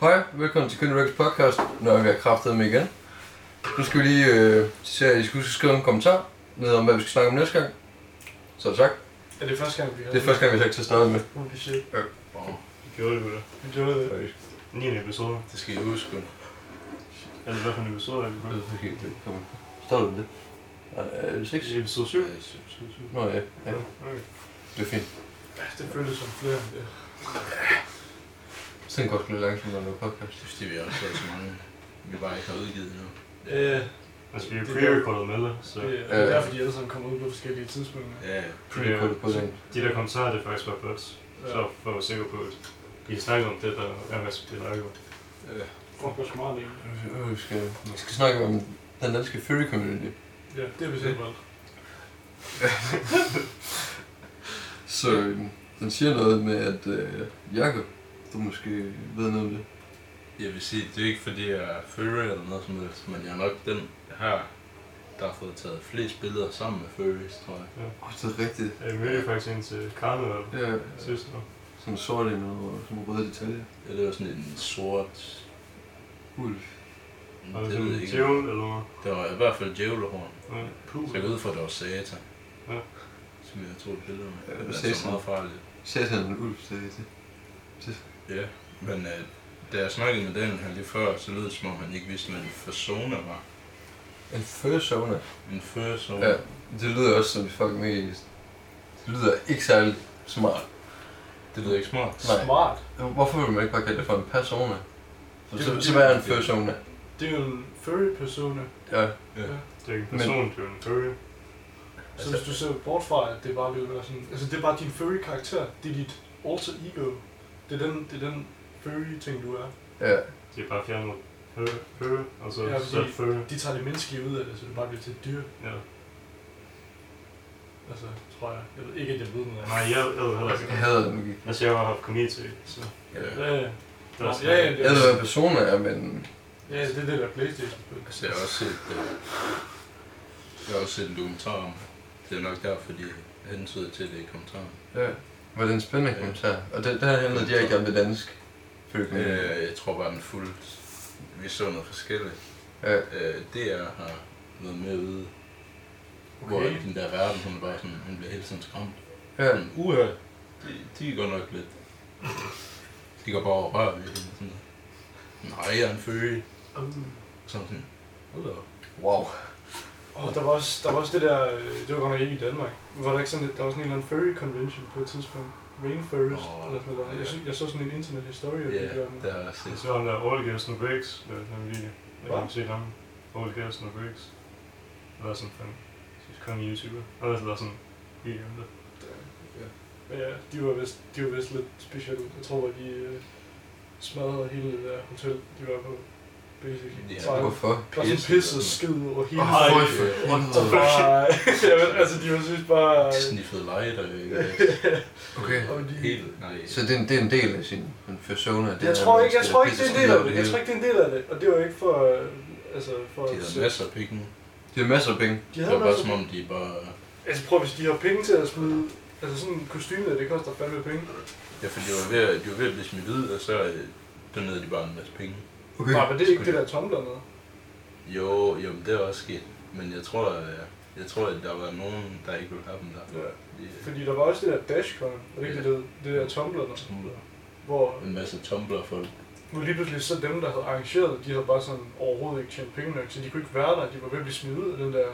Hej, velkommen til Kønne Records podcast. Nå, vi har kraftet med igen. Nu skal vi lige øh, se, at I skal huske at skrive en kommentar ned om, hvad vi skal snakke om næste gang. Så tak. Er det første gang, vi har Det er første gang, vi har sagt til at snakke med. Holy shit. Det gjorde det, gutter. Vi gjorde det. øh, 9. episode. Det skal I huske. Eller hvad for en episode er vi på? Det er helt vildt. Kom. Står du med det? Nej, Er det 6? Episode 7? Nå ja, ja. Okay. Det er fint. Ja, det føltes som flere end det. Sådan går sgu lidt langsomt, når man laver podcast. synes, det vi også fået så mange, vi bare ikke har udgivet endnu. Øh, Altså, vi har pre-recordet med det, så det, det er derfor, de alle sammen kommer ud på forskellige tidspunkter. Ja, Det er kun på den. de der kommentarer, det er faktisk bare bots. Så for at være sikker på, at I snakker om det, der er masser af snakker om. Øh, Fuck, hvor smart det er. øh, Vi skal, vi skal snakke om den danske furry community. Ja, det er vi selv valgt. Så øh, den siger noget med, at øh, Jakob, du måske ved noget om det. jeg vil sige, det er ikke fordi, jeg er furry eller noget som helst, men jeg er nok den her, der har fået taget flest billeder sammen med furries, tror jeg. Åh, oh, det er rigtigt. Jeg mødte faktisk en til Karneval Ja, sidste år. sådan sort i noget, og sådan røde detaljer. Ja, det var sådan en sort... Ulf. Det Og det er ved jeg sådan ikke. djævel eller noget. Det var i hvert fald djævlehorn. Ja. Puh. Så jeg går ud fra, at det var satan. Ja. Som jeg tog et billede med. Ja, Ja, det er satan. så meget farligt. Satan en ulv, sagde jeg til. Ja, men øh, da jeg snakkede med den her lige før, så lød det som om, han ikke vidste, hvad en persona var. En furry-sauna. En fursona. Ja, det lyder også som fucking mest... Det lyder ikke særlig smart. Det lyder ikke smart. Nej. Smart. Hvorfor vil man ikke bare kalde det for en persona? Så, Det- så, så hvad er en furry-sauna? Det er jo en furry persona. Ja, Det er ikke en person, det er en furry. Så Altså- hvis du ser bort fra, at det bare ville være sådan... Altså, det er bare din furry karakter. Det er dit alter ego. Det er den, det er den furry ting, du er. ja. De er bare fjernet hø- furry, og så Ja, så er fordi- det furry. De tager det menneskelige ud af det, så det bare bliver til et dyr. Ja. Altså, tror jeg. Jeg ved ikke, at jeg ved noget. Nej, jeg jeg ved heller Jeg ikke. hader den ikke. Altså, jeg har haft community, så Ja. Ja, ja. der er Ja, ja, sådan Jeg ved, hvad en persona er, men... Ja, det er det der Playstation-spil. Altså, jeg har også set, øh, jeg har også set en dokumentar om det. det. er nok derfor, de hensyder til det i kommentaren. Ja. Var det en spændende Ja. kommentar? Og det, der handlede direkte om det danske furry community. Øh, jeg tror bare, den fuldt. Vi så noget forskelligt. Ja. Øh, DR har noget med ude, hvor Okay. den der verden, hun er bare sådan, hun bliver hele tiden skræmt. Ja. Sådan, uha, de, de går nok lidt. De går bare over og rører ved hende. Sådan. noget. Nej, jeg er en føge. Um, Sådan sådan. Hold da op. Wow. Og der var, også, der var også det der, øh, det var godt nok ikke i Danmark, var der ikke sådan, et- der var sådan en eller anden furry convention på et tidspunkt. Rainforest, Åh, oh, eller sådan noget. Jeg, ja. synes, jeg så sådan en internethistorie, og Ja, yeah, det der har jeg Jeg set. så ham der All Gas No Breaks, der den video. Jeg Hvad? kan se ham. All Gas No Breaks. Han er sådan fem. Synes konge YouTuber. Han har lavet sådan en video om det. ja, de var vist, de var vist lidt specielle. Jeg tror, at de øh, smadrede hele det der hotel, de var på. Basically. Ja, Yeah, det der var Hvorfor? sådan pisse og skid over hele Ej, oh, for der helvede. var, ja, men, altså, de var synes bare... Sniffet lighter, ikke? Okay. Og de, Helt, nej. Så det er, en- det er en del af sin sin persona? Det jeg er, tror at man ikke, jeg skal tror ikke, det er pisse en del skide af over det. Jeg tror hele. ikke, det er en del af det. Og det var ikke for... øh, Altså, for De havde masser af penge. De har masser af penge. De Det havde var bare masser som om, de bare... Altså prøv, hvis de har penge til at smide... Altså sådan en kostyme, der, det koster fandme penge. Ja, for de var ved, at- de var ved at blive smidt ud, og så øh, dernede de bare en masse penge. Okay. Nej, men det er ikke det der tomt dernede. Jo, jo, men det er også sket. Men jeg tror, øh, jeg tror, at der var nogen, der ikke ville have dem der. Ja. De, øh, Fordi der var også det der dashcon, og det, ikke Ja. det, der- det der Tumblr der, Tumblr. hvor, En masse tumbler folk. hvor lige pludselig så dem, der havde arrangeret, det, de havde bare sådan overhovedet ikke tjent penge nok, så de kunne ikke være der, de var ved at blive smidt ud af den der,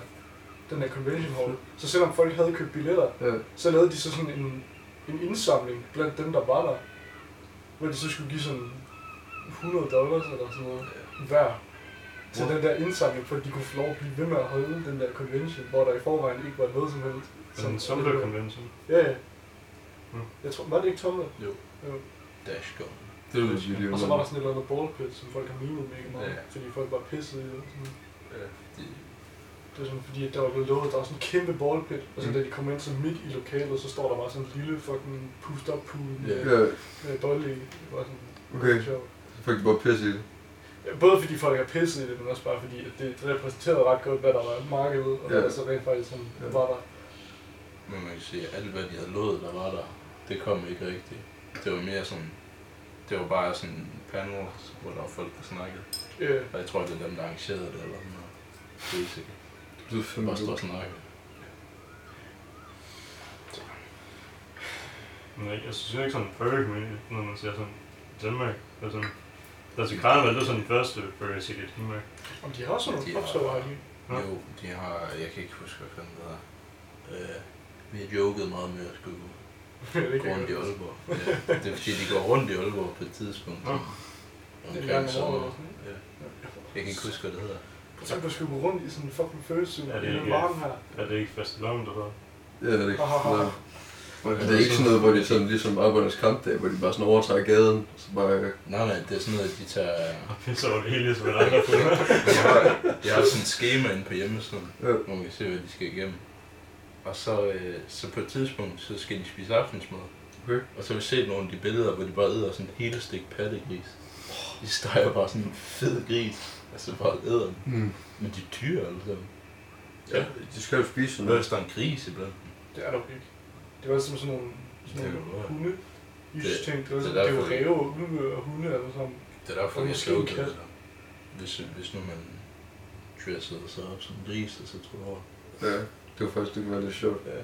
den der convention hall. Så selvom folk havde købt billetter, Ja. så lavede de så sådan en, en indsamling blandt dem, der var der, hvor de så skulle give sådan 100 dollars eller sådan noget hver til Wow. den der indsamling, for at de kunne få lov at blive ved med at holde den der convention, hvor der i forvejen ikke var noget som helst. Sådan en Tumblr convention. Ja, ja. Hmm. Jeg tror, var det ikke Tumblr? Dash går. Det vil vi lige Og så var der sådan et eller andet ballpit, som folk har mimet mega meget, Ja. fordi folk var pissede i det. Sådan. De, Det er sådan, fordi at der var blevet lovet, at der var sådan en kæmpe ballpit, og så Mm. da de kom ind så midt i lokalet, så står der bare sådan en lille fucking puffed up pool Ja. Ja, med bolde i. Det Øh, var sådan okay. sjovt. Så fik de bare pisse i det. Ja, Både fordi folk er pisset i det, men også bare fordi, at det repræsenterede ret godt, hvad der var i markedet, og Ja. hvad der så rent faktisk sådan, Ja. var der. men man kan sige, at alt hvad de havde lovet, der var der, det kom ikke rigtigt. Det var mere sådan, det var bare sådan en panel, hvor der var folk, der snakkede. Øh, Og jeg tror, det er dem, der arrangerede det eller sådan noget. Det er sikkert. Det lyder Bare fandme stå og godt. snakke. Men jeg, jeg synes ikke sådan furry community, når man ser sådan i Danmark. Der er sådan, der er til Karneval, det er sådan den første furry city i Danmark. om de har også De nogle har- popstopper, har de? Nå. Jo, de har... Jeg kan ikke huske, hvad fanden det hedder. Øh, vi har joket meget med at skulle det gå kan rundt i jeg godt. Aalborg. Ja, det er fordi, de går rundt i Aalborg på et tidspunkt. Nå. Det er de lange Omkring år, sommer. eller sådan, ikke? Ja. Jeg kan ikke huske, hvad det hedder. Så du skulle gå rundt i sådan en fucking følelse, Ja, ja, det det er er ikke- varme her. Er det ikke fast lavn, der hedder? Ja, det er ikke. Hahaha. Nej. Det er ikke sådan noget, hvor det er sådan ligesom arbejdernes kampdag, hvor de bare sådan overtager gaden, og så bare... øh, Nej, nej, det er sådan noget, de tager... Og pisser over det hele, som der andre føler. De har, de har sådan et schema inde på hjemmesiden, Ja. hvor man kan se, hvad de skal igennem. Og så, øh, så på et tidspunkt, så skal de spise aftensmad. Okay. Og så har vi set nogle af de billeder, hvor de bare æder sådan et hele stik pattegris. De steger bare sådan en fed gris, og så bare æder den. Mm. Men de er dyre alle sammen. Ja, de skal jo spise sådan Hvad noget. hvis der er en gris iblandt? Det er der jo ikke. Det var som sådan nogle, sådan Det er jo nogle noget. hunde. Det- Jysk ting. Det var det er sådan, det var derfor, det- ræve, og ulve og hunde og sådan. Det er derfor, Og jeg måske skal en ud det kat. der. Hvis, hvis nu man dressede sig op som en gris, og så tror jeg, Ja, det var faktisk, det kunne være lidt sjovt. Ja.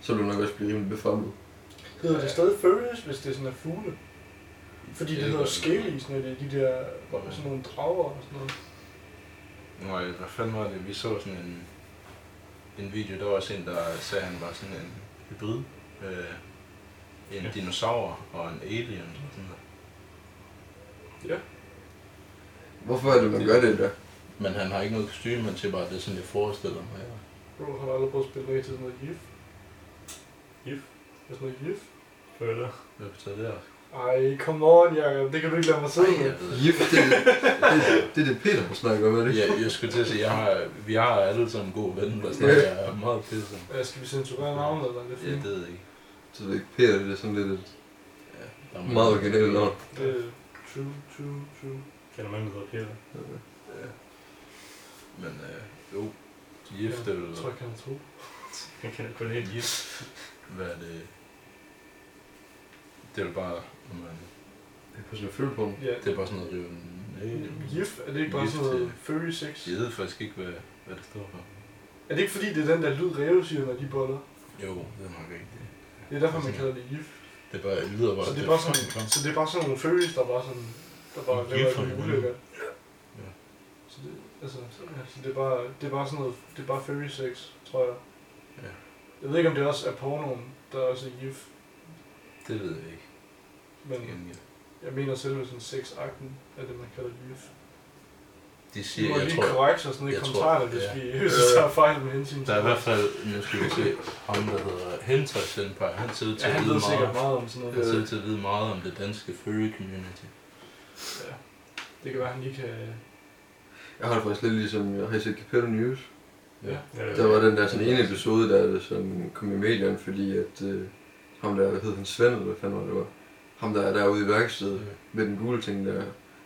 Så ville du nok også blive rimelig befremmet. Hedder Ja. det stadig furries, hvis det er sådan er fugle? Fordi det Ja, hedder det- skælis, når det er de der Hvorfor? sådan nogle drager og sådan noget. Nej, hvad fanden var det? Vi så sådan en, en video, der var også en, der sagde, at han var sådan en hybrid. Øh, en Ja. dinosaur og en alien. og Sådan noget. Hvorfor er det, man gør det der? Men han har ikke noget kostume, han siger bare, at det er sådan, jeg forestiller mig. Ja. Bro, har du aldrig prøvet at spille med til sådan noget jif? Jif? Er sådan noget jif? Føler. Hvad betyder det også? Ej, come on, Jacob. Det kan du ikke lade mig sidde med. jeg ved ikke. Jip, det, er det, det, det er det Peter, der snakker om, er det ikke? Jeg, jeg skulle til at sige, jeg har, vi har alle sammen en god ven, der snakker yeah. meget pisse. Ja, skal vi censurere navnet, eller er det Ja, det fint? ved jeg ikke. Så det er ikke Peter, det er sådan lidt et Ja, der er meget originalt navn. Det er true, true, true. Kender mange, der hedder Peter. Ja. Men øh, jo, gift Ja, er vel... Jeg tror ikke, han er tro. Jeg kender kun én. Yes. Hvad er det? Det er jo bare, når man, Det er på sådan en følgepunkt. Ja. det er bare sådan noget rivende. Jif, er det ikke bare Jif, sådan noget det- furry sex? Jeg ved faktisk ikke, hvad, hvad det står for. Er det ikke fordi, det er den der lyd, ræve siger, når de boller? Jo, det er nok rigtigt. Det er derfor, man kalder det jif. Det er bare, det lyder bare... Så det er bare fucking sådan, klamt. så det er bare sådan nogle furries, der bare sådan, der bare Jif laver for alle mulige helvede. ulykker. Ja. Så det, altså, ja, så det er bare, det er bare sådan noget, det er bare furry sex, tror jeg. Ja. Jeg ved ikke, om det også er pornoen, der også er jif, Det ved jeg ikke. men til gengæld. jeg mener selve sådan sexakten, er det, man kalder jif. De Vi må siger, jeg lige tror... korrekte os nede i jeg tror- kommentarerne, hvis ja. vi hvis vi tager fejl med hensyn til Der er i hvert fald, nu skal vi se, ham der hedder Hentai Senpai, han ser ud til Ja, at han vide ved sikkert meget. meget om sådan Han noget. ser ud til at vide meget om det danske furry community. Ja. Det kan være, han lige kan... Jeg har det faktisk lidt ligesom, jeg har I set Capello News. Ja. Ja, Der var den der sådan ene episode, der det sådan kom i medierne, fordi at øh, ham der, hvad hed han Svend, eller hvad fanden var det var? Ham der er derude i Øh, værkstedet med den gule ting der.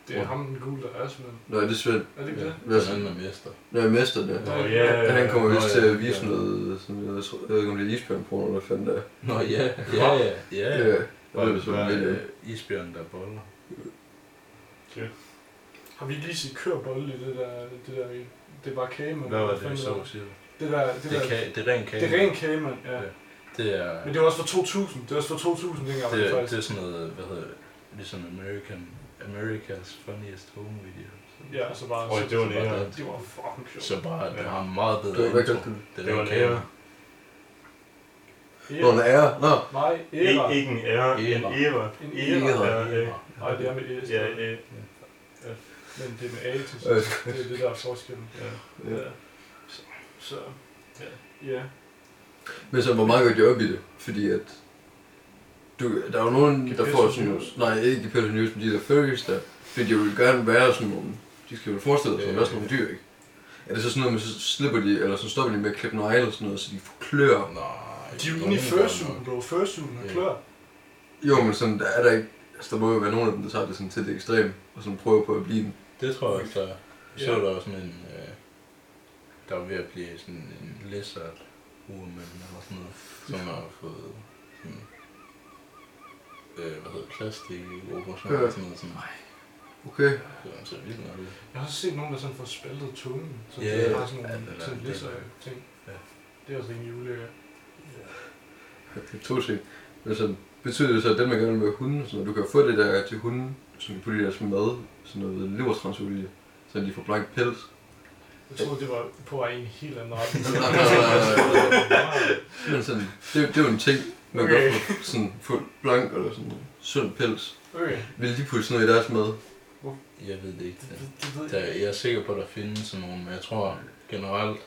Det er ham, den gule, der er sådan Nå, det er Svend. Er det ikke det? Den anden er mester. Nå, jeg mester der. Nå, ja, Ja, han kommer Nå, vist ja, til at vise ja. noget, sådan, jeg tror- jeg ved ikke om det er isbjørn på, eller hvad fanden der. Nå ja, ja, ja, ja. Ja, Hvor det er sådan er lidt. øh, isbjørnen, der boller. Har vi ikke lige set kørbolle i det der... Det der det var kagemand. Hvad var det, vi Fanden så, der- siger du? Det der... Det, Det, der, er ka- det er ren kage. det er ren kagemand, ja. Ja. Det er, Men det var også fra 2000. Det var også fra 2000 dengang, det, det, er, faktisk. det er sådan noget, hvad hedder det, ligesom American, America's Funniest Home Video. ja, og så bare... Åh, det var Så bare nære. den- det var fucking sjovt. Så bare, det Ja. har en meget bedre Det var intro. hvad kaldte du det? Det Det er var en nære. kage. Nå, en Era. ære. Nå, Nej, E- Ikke, Era. ikke en ære, en Æra. ære. En æra. Ja, øh, Nej, det er med E. Ja, Ja, øh, Men det er med A til Øh. sidst. Det er det, der er forskellen. ja. ja. Ja. Så, så ja. ja. Men så, hvor meget gør de op i det? Fordi at... Du, der er jo nogen, der Geppetto får sådan... News. Nej, ikke Geppetto News, men de der furries der. Fordi de vil gerne være sådan nogle... De skal jo forestille sig at være sådan nogle dyr, ikke? Er det så sådan noget med, så slipper de, eller så stopper de med at klippe negle og sådan noget, så de forklør? Nej, De er jo inde i fursuiten, bro. Fursuiten er Ja. klar. Jo, men sådan, der er der ikke... Altså, der må jo være nogen af dem, der tager det sådan til det ekstreme, og sådan prøver på at blive den. Det tror jeg også, der er. Jeg så Ja. der var sådan en, øh, der var ved at blive sådan en lizard woman eller sådan noget, som har fået sådan, øh, hvad hedder det, plastik operation Ja. og sådan noget. Sådan, nej, Okay. det var så vildt nok ud. Jeg har også set nogen, der sådan får spaltet tungen, så Ja, yeah, de har sådan ja, det nogle er sådan der- lisser ting. Ja. Det er også rimelig ulækkert. To ting. Men så betyder det så, at dem, man gerne vil med hunden, sådan, noget, du kan få det der til hunden, som kan putte i deres mad, sådan noget levertransolie, så de får blank pels. Jeg troede, det var på vej i en helt anden retning. Nej, nej, Men sådan, det, det er jo en ting, man okay. Okay. gør for sådan få blank eller sådan noget sund pels. Okay, Vil de putte sådan noget i deres mad? Jeg ved det ikke. Øh, det, Det. det, det ved jeg. Der, jeg er sikker på, at der findes sådan nogle, men jeg tror generelt,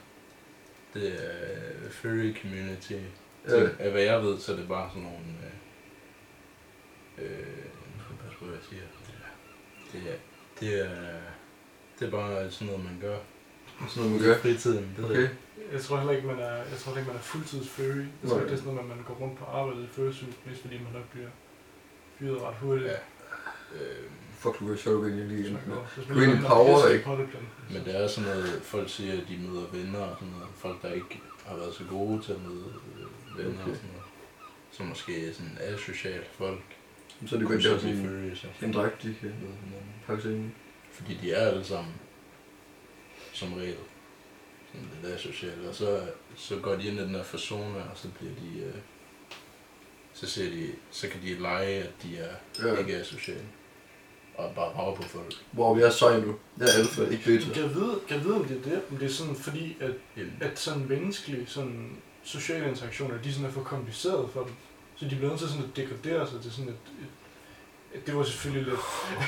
det er furry community. Ja. Ja. Af hvad jeg ved, så er det bare sådan nogle... Øh, øh, nu skal jeg passe på, hvad jeg siger. Det er, det er, det er bare sådan noget, man gør. Sådan noget, man gør. I fritiden, det Okay. okay. Jeg tror heller ikke, man er, jeg tror heller ikke, man er fuldtids furry. Jeg tror Nej. ikke, det er sådan noget, at man går rundt på arbejdet i fursuit, mest fordi man nok bliver fyret ret hurtigt. Ja. Øh, Fuck, du kan sjovt vælge lige Hvis inden. man går- hvis man Green går ind og power, pisser i ikke? potteplanten. men det er sådan noget, folk siger, at de møder venner og sådan noget. Folk, der ikke har været så gode til at møde øh, venner Okay. og sådan noget. Så måske sådan asociale folk. Så er det godt, så at blive sådan furry, så. en dragt, de kan ved hinanden. pakke sig ind. i. Fordi de er alle sammen, som regel, sådan lidt asociale. Og så, så går de ind i den her persona, og så bliver de... Øh, så, ser de, så kan de lege, at de er Ja. ikke asociale. Og bare rager på folk. Wow, jeg er sej nu. Jeg er alfa, ikke beta. Kan jeg vide, kan jeg vide, om det er det? Om det er sådan, fordi at, Jamen, at sådan menneskelige sådan sociale interaktioner, de sådan er for komplicerede for dem. Så de bliver nødt til sådan at degradere sig til sådan et, et, et det var selvfølgelig lidt...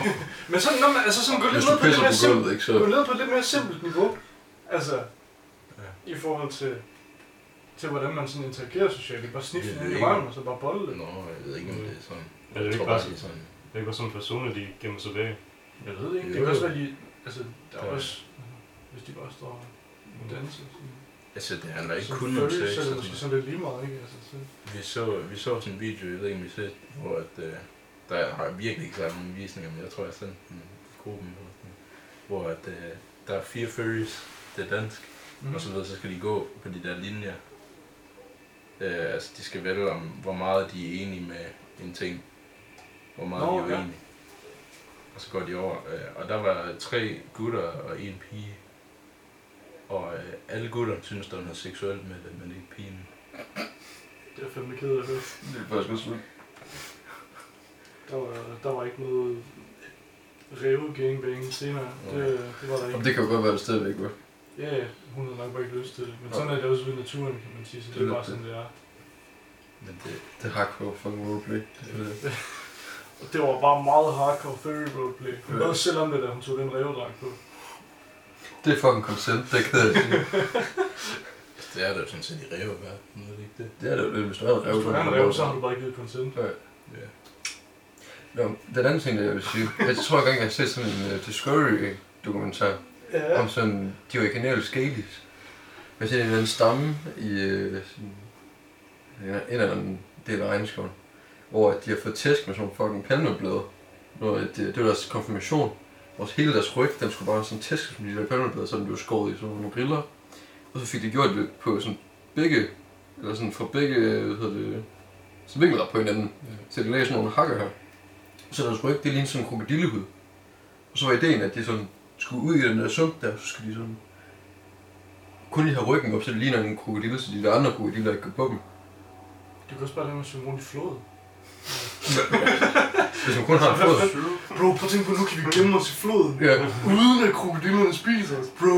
Men sådan, når man, altså sådan gå Hvis lidt du ned på det pisser mere på simpelt, gulvet, ikke, så... gå ned på et lidt mere simpelt niveau. Altså, i forhold til, til hvordan man sådan interagerer socialt. Det er bare sniffe Det er hinanden i ikke- røven, og så bare bolle det. Nå, jeg ved ikke, om det er sådan. Er det Jeg ikke tror bare bare, det sådan, er sådan. det er ikke bare sådan en person, de gemmer sig bag? Jeg ved ikke, det kan Jo, jo. også være lige... Altså, der er Ja. også... Hvis de bare står og danser. Sådan. Altså, det handler ikke Som kun om furry, sex. Så er det og måske sådan sådan lidt lige meget, ikke? Altså, så... Vi så, vi så sådan en video, jeg ved ikke om I set, hvor at, øh, der har virkelig ikke særlig mange visninger, men jeg tror, jeg sendte den i gruppen, eller sådan noget, hvor at, øh, der er fire furries, det er dansk, mm. og så, ved, så skal de gå på de der linjer. Øh, altså, de skal vælge om, hvor meget de er enige med en ting, hvor meget Nå, Nå, de er ja. uenige. Og så går de over, øh, og der var tre gutter og en pige, og øh, alle gutterne synes, der var noget seksuelt med det, men ikke pigen. Det er jeg fandme ked af at høre. Det er faktisk også sådan. Der var, der var ikke noget revet gangbang senere. Det, det var der Jamen, ikke. det kan jo godt være, at det stadigvæk var. Ja, ja, hun havde nok bare ikke lyst til det. Men Nå. sådan er det også ude i naturen, kan man sige. Så Det det er er bare lidt sådan, det er. Men det, Det er hardcore fucking roleplay. Det er det. Og det var bare meget hardcore furry roleplay. Hun Ja. ja. selv om det, da hun tog den revedragt på. Det er fucking consent, det kan jeg sige. Det er der jo sådan set i ræve, hvad? Nu er det ikke det. Det er det, jo, hvis du havde Hvis du er en rev, så har du bare ikke givet consent. Ja. Nå, den anden ting, jeg vil sige, jeg tror ikke engang, jeg har set sådan en uh, Discovery-dokumentar ja. Ja. om sådan de originale Scalies. Jeg har set en eller anden stamme i øh, sådan, ja, en eller anden del af regnskoven, hvor at de har fået tæsk med sådan nogle fucking palmeblade. Når at det, det var deres konfirmation, hvor hele deres ryg, den skulle bare sådan tæske som de der palmeblade, så den blev skåret i sådan nogle briller. Og så fik de gjort det på sådan begge, eller sådan fra begge, øh, hvad hedder det, så vinkler på hinanden. Så de lagde sådan nogle hakker her. Så deres ryg, det lignede sådan en krokodillehud. Og så var ideen, at de sådan skulle ud i den der sump der, så skulle de sådan kun lige have ryggen op, så det ligner en krokodille, så de der andre krokodiller ikke kan på dem. Du kan også bare lade mig svømme rundt i floden. Hvis man kun har en fod. Bro, prøv at tænke på, nu kan vi gemme os i floden. Ja, Uden at krokodillerne spiser os. Bro,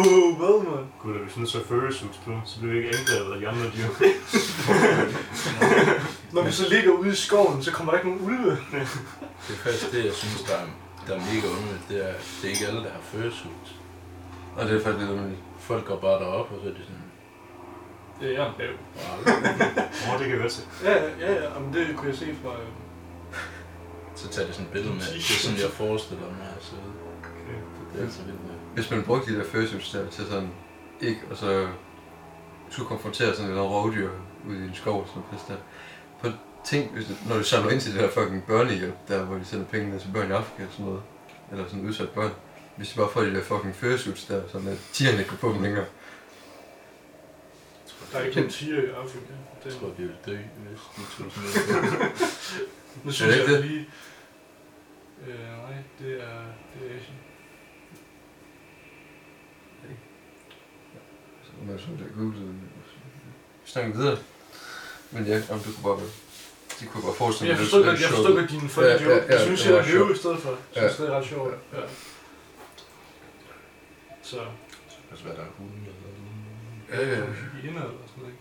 hvad man? Gud, hvis nu så furrysuits på, så bliver vi ikke angrebet af de andre dyr. Når vi så ligger ude i skoven, så kommer der ikke nogen ulve. Det er faktisk det, jeg synes, der er, der er mega underligt. Det er, det er ikke alle, der har fursuits. og det er faktisk lidt underligt. Folk går bare derop, og så er de sådan... Ja, jeg er en bæv. Wow. Åh, det kan jeg godt se. Ja, ja, ja, ja, men det kunne jeg se fra... øh, Så tager de sådan et billede med. Det er sådan, jeg forestiller mig. Så Okay. det er altså vildt med. Hvis man brugte de der fursuits der til sådan, ikke, og så skulle konfrontere sådan noget rovdyr ude i en skov og sådan noget pis der. På tænk, hvis det, når du samler ind til det der fucking børnehjælp, der hvor de sender penge ned til børn i Afrika og sådan noget, eller sådan udsatte børn, hvis de bare får de der fucking fursuits der, sådan at tigerne ikke kan på dem længere. Jeg tror, Der er ikke nogen tiger i Afrika. Jeg Det, tror, vi vil dø, hvis de tog sådan noget. nu synes Er det jeg ikke det? lige... Øh, nej, det er, det er Asien. Så må jeg sådan der googlede det. Vi snakker videre. Men ja, om du kunne bare... Det kunne jeg bare forestille Jeg det- forstod det er godt, jeg sjovt. forstod godt dine folk Ja, ja, ja, joke. ja, Jeg synes, det jeg var er løve sjovt. i stedet for. Jeg Ja. synes, det er ret sjovt. Ja. Så Altså, hvad der er hunde eller noget. Ja, ja. i indad eller sådan noget,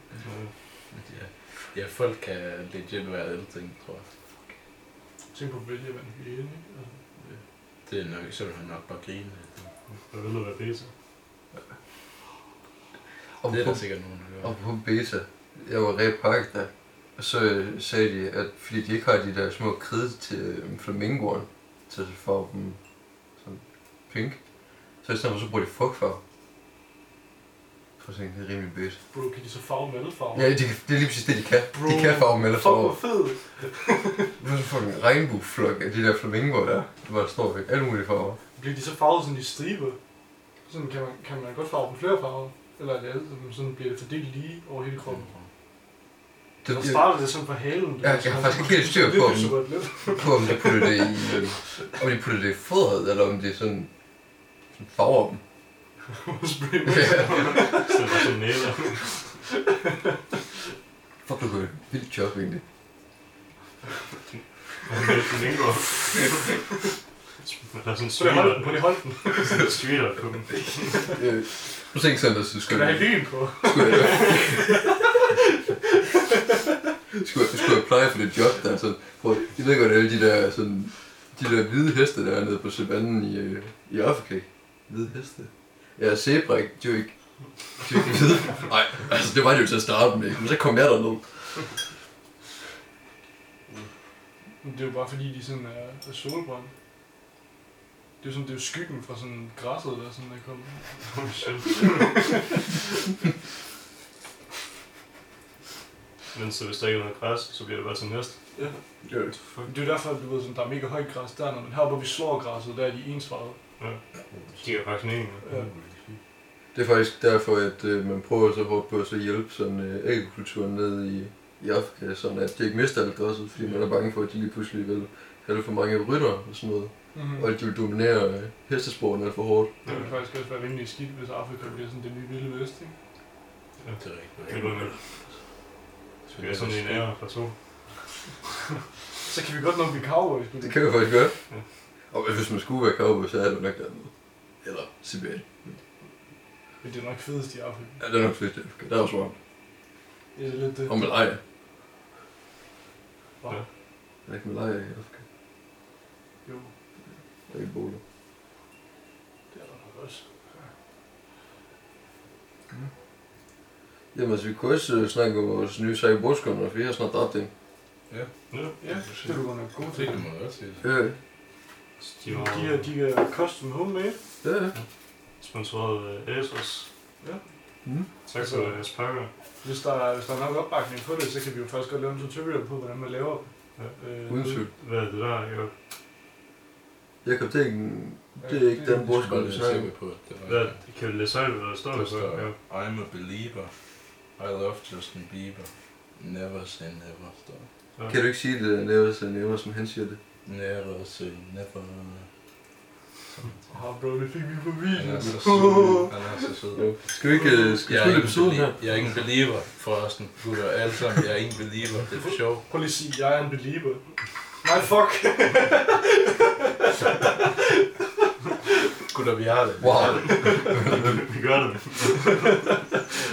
ikke? Ja. ja, folk kan legit være alting, tror jeg. Tænk på at vælge, hvad man vil ind, ikke? Altså, Det er nok, så vil han nok bare grine. af det. Jeg ved noget, hvad det er. Og Det er på, der sikkert nogen, der gør. og på beta, jeg var repakket der. Og så øh, sagde de, at fordi de ikke har de der små krid til øh, flamingoerne, til for dem sådan pink, så i stedet for, så bruger de fugtfarve. Prøv at tænke, det er rimelig beta. Bro, kan de så farve med alle farver? Ja, de, det er lige præcis det, de kan. Bro, de kan farve melder Fuck, farver. hvor fedt! Det var sådan en fucking regnbueflok af de der flamingoer der. Det var stort væk. Alle mulige farver. Bliver de så farvet sådan i striber? Sådan kan man, kan man godt farve dem flere farver. Eller er det altid, men sådan bliver det fordelt lige over hele kroppen. Det, Så jeg, starter det sådan på halen. Ja, jeg har faktisk ikke helt styr på Det er dem. så godt lidt. på, om de puttede det i... øh, Om de puttede det i fodret, eller om de sådan, sådan farver dem. Spray med. Sæt dig som næler. Fuck, du kunne vildt job egentlig. Der er sådan en Så jeg holdt streeter. den, prøv lige hold den. Sådan en streeter på dem. Øh, Nu tænkte jeg sådan, at så Skal skulle der jeg... have lyn på? Skulle jeg, skulle, jeg, skulle jeg pleje for det job der, sådan... Prøv, jeg ved godt, alle de der sådan... De der hvide heste, der er nede på savannen i, øh, i Afrika. Hvide heste? Ja, zebra, ikke? de er jo ikke... De er jo ikke hvide. Nej, altså det var de jo til at starte med, ikke? men så kom jeg derned. Men det er jo bare fordi, de sådan er, er solbrændt. Det er jo sådan, det er jo skyggen fra sådan græsset, der sådan er kommet. Oh, shit. Men så hvis der ikke er noget græs, så bliver det bare til en hest. Ja. Ja. Fuck. Det er jo derfor, du ved, sådan, der er mega højt græs dernede, men her hvor vi slår græsset, der er de ensfarvede. Øh, De er faktisk meningen. Ja. Det er faktisk derfor, at øh, man prøver så hårdt på at så hjælpe sådan øh, agrikulturen ned i, i Afrika, sådan at de ikke mister alt græsset, fordi man er bange for, at de lige pludselig vil have for mange rytter og sådan noget, Mm-hmm. og at de vil dominere øh, hestesporten alt for hårdt. Det ville faktisk også være rimelig skidt, hvis Afrika bliver sådan det nye vilde vest, ikke? Det er Det rigtigt. var med. Så vi er sådan en ære fra to. Så kan vi godt nok blive cowboys. men- Det kan vi faktisk gøre. Ja. Og hvis man skulle være cowboy, så er det jo nok dernede. Eller Sibirien. Men det er nok fedest i Afrika. Ja, det er nok flest i Afrika. Der er også varmt. Ja, det er lidt det. Og Malaya. Wow. Ja. Der er ikke Malaya i Afrika. Jo, Der er ikke bolig. det er der nok også. Jamen altså, vi kunne også øh, snakke om vores nye sag i bordskunder, for vi har snart dræbt en. Ja. Ja, det er du godt nok god Det til. kan man også sige. Ja, Så De De var er, de er custom homemade. ja. sponsoreret øh, af Asos. Ja. Mm. Tak for jeres pakker. Hvis der, er- hvis der er nok opbakning på det, så kan vi jo faktisk godt lave en tutorial på, hvordan man laver dem. Ja. Øh, Uden tvivl. Hvad er det der? Jo. Jakob, det er ikke, en- Ja, det er ikke den Jeg skal bordskunder, bare vi lige snakker om. sikre på, at det Hvad? var... Kan vi læse højt, hvad der står? Der Så? står, Ja. I'm a believer. I love Justin Bieber. Never say never, står der. Ja. Kan du ikke sige det nævner sig nævner, som han siger det? Never say never. Ah, bro, det fik vi på Han videoen. er så sød. Han er så sød. Skal vi ikke øh, skal vi Jeg er, slutte ikke episoden her? belie- jeg er ikke en believer, forresten. Gutter, alle sammen, jeg er ikke en believer. Det er for sjov. Prøv lige at sige, jeg er en belieber. Nej, fuck. Gutter, vi har det. Vi Wow, har det. Vi gør det.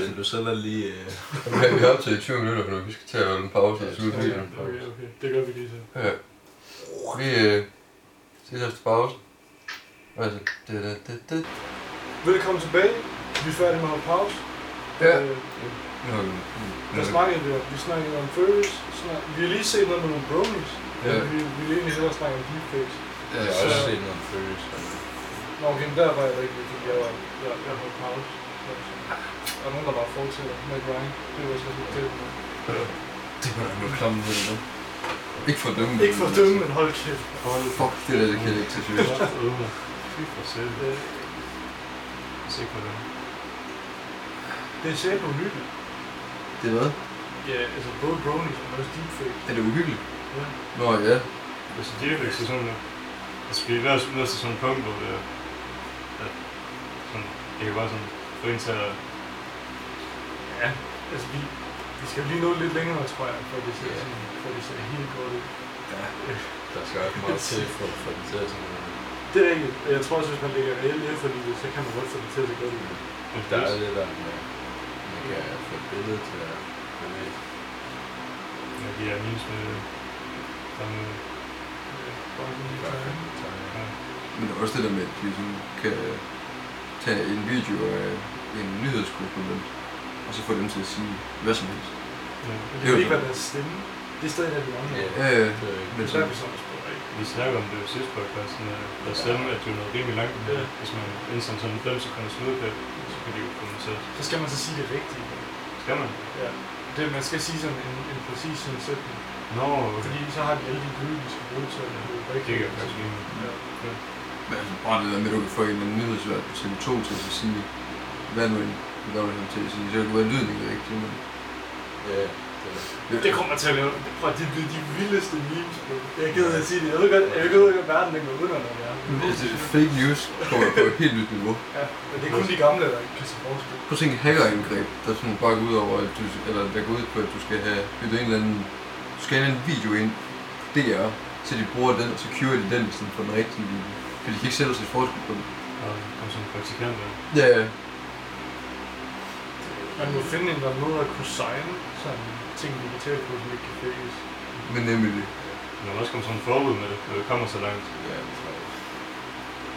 Men du selv er lige... Øh, okay, vi er op til 20 minutter nu. Vi skal tage og holde en pause og slutte Okay, videoen. okay, okay. Det gør vi lige så. Ja. Vi øh, ses efter pausen. Altså, det, det, det, det. Velkommen tilbage. Vi er færdige med at holde pause. Ja. Øh, Nu har vi- Hvad nu- snakkede vi om? Vi snakkede om følelser. Snak... Vi har lige set noget med nogle bronies. Ja. Ja. Vi, vi vil egentlig hellere snakke om deepfakes. jeg har også set noget følelse. Nå, okay, men der var jeg rigtig, fordi jeg var jeg, jeg holdt pause. Så- Der er nogen, der bare fortsætter med grind. Det var så lidt til. Det var da noget klamme ved det nu. Ikke for dømme. Ikke for at dømme, men hold kæft. Hold Fuck, det der, det kan jeg ikke til seriøst. Øde. Fy for selv. Øh, Hvis ikke hvordan. Det er sæt på hyggen. det er noget. Ja, altså både bronies, men også deepfake. Er det uhyggeligt? Ja. Nå ja. Altså, det er jo ikke sådan, at... Altså, vi er ved at nå til sådan en punkt, hvor det er... At, sådan, det kan bare sådan få en til at... ja, altså vi, vi skal lige nå lidt længere, tror jeg, før det ser, Ja. sådan, før det ser helt godt ud. Ja. Der skal også meget til for, for den til at sådan noget. Det er rigtigt. Og Jeg tror også, hvis man lægger reelt efter i det, så kan man godt få det til at se godt ud. at Der er vise. det der med, man kan få et billede til at bevæge. Ja, de er minus med... Sammen med... Ja, bare Det lige er bare tage. fandme tegnet. Ja. Men det er også det der med, at de sådan kan tage en video af en nyhedskorrespondent, og så få dem til at sige hvad som helst. ja. Men Det det er jo kan ikke det. være deres stemme. Det er stadig der, vi mangler. Ja. Ja, ja. Det er jo ikke- Men Men så er sådan, vi sådan spurgt, ikke? Vi snakker om det jo sidste podcast, sådan, at der stemme, at det er noget rimelig langt. Ja. Hvis man indsender sådan 5 sekunder slutklip, så kan de jo kommentere. Så skal man så sige det rigtige. Skal man? Ja. Det, man skal sige sådan en, en præcis sådan sætning. Nå, okay. Fordi så har de alle de lyde, de skal bruge til at bruge Det rigtigt. kan jeg faktisk lige. Ja. men altså bare det der med, at du kan få en eller anden nyhedsvært på TV2 til at sige, hvad nu en hvad man til at sige. Så kan det være lyden ikke er rigtig, men... Ja, det er Det kommer til at lave. Prøv, det bliver de vildeste memes på. Jeg gider at sige det. Jeg ved godt, jeg ved godt, at verden den går under, når det er. Men Altså, fake news kommer på et helt nyt niveau. Ja, men det er kun de gamle, der ikke kan se forskel. Prøv at tænke et hackerangreb, der sådan bare går ud over, at du, eller der går ud på, at du skal have byttet en eller anden, du skal have en video ind på DR, så de bruger den, og så curer de den i stedet for den rigtige video. For de kan ikke selv se forskel på den. Og kom som praktikant. ja. Ja, ja. Man må finde en, der er noget at kunne signe, sådan ting digitalt på, som ikke kan fælles. men nemlig det. Man må også komme sådan en forbud med det, når det kommer så langt. Ja, det tror jeg også.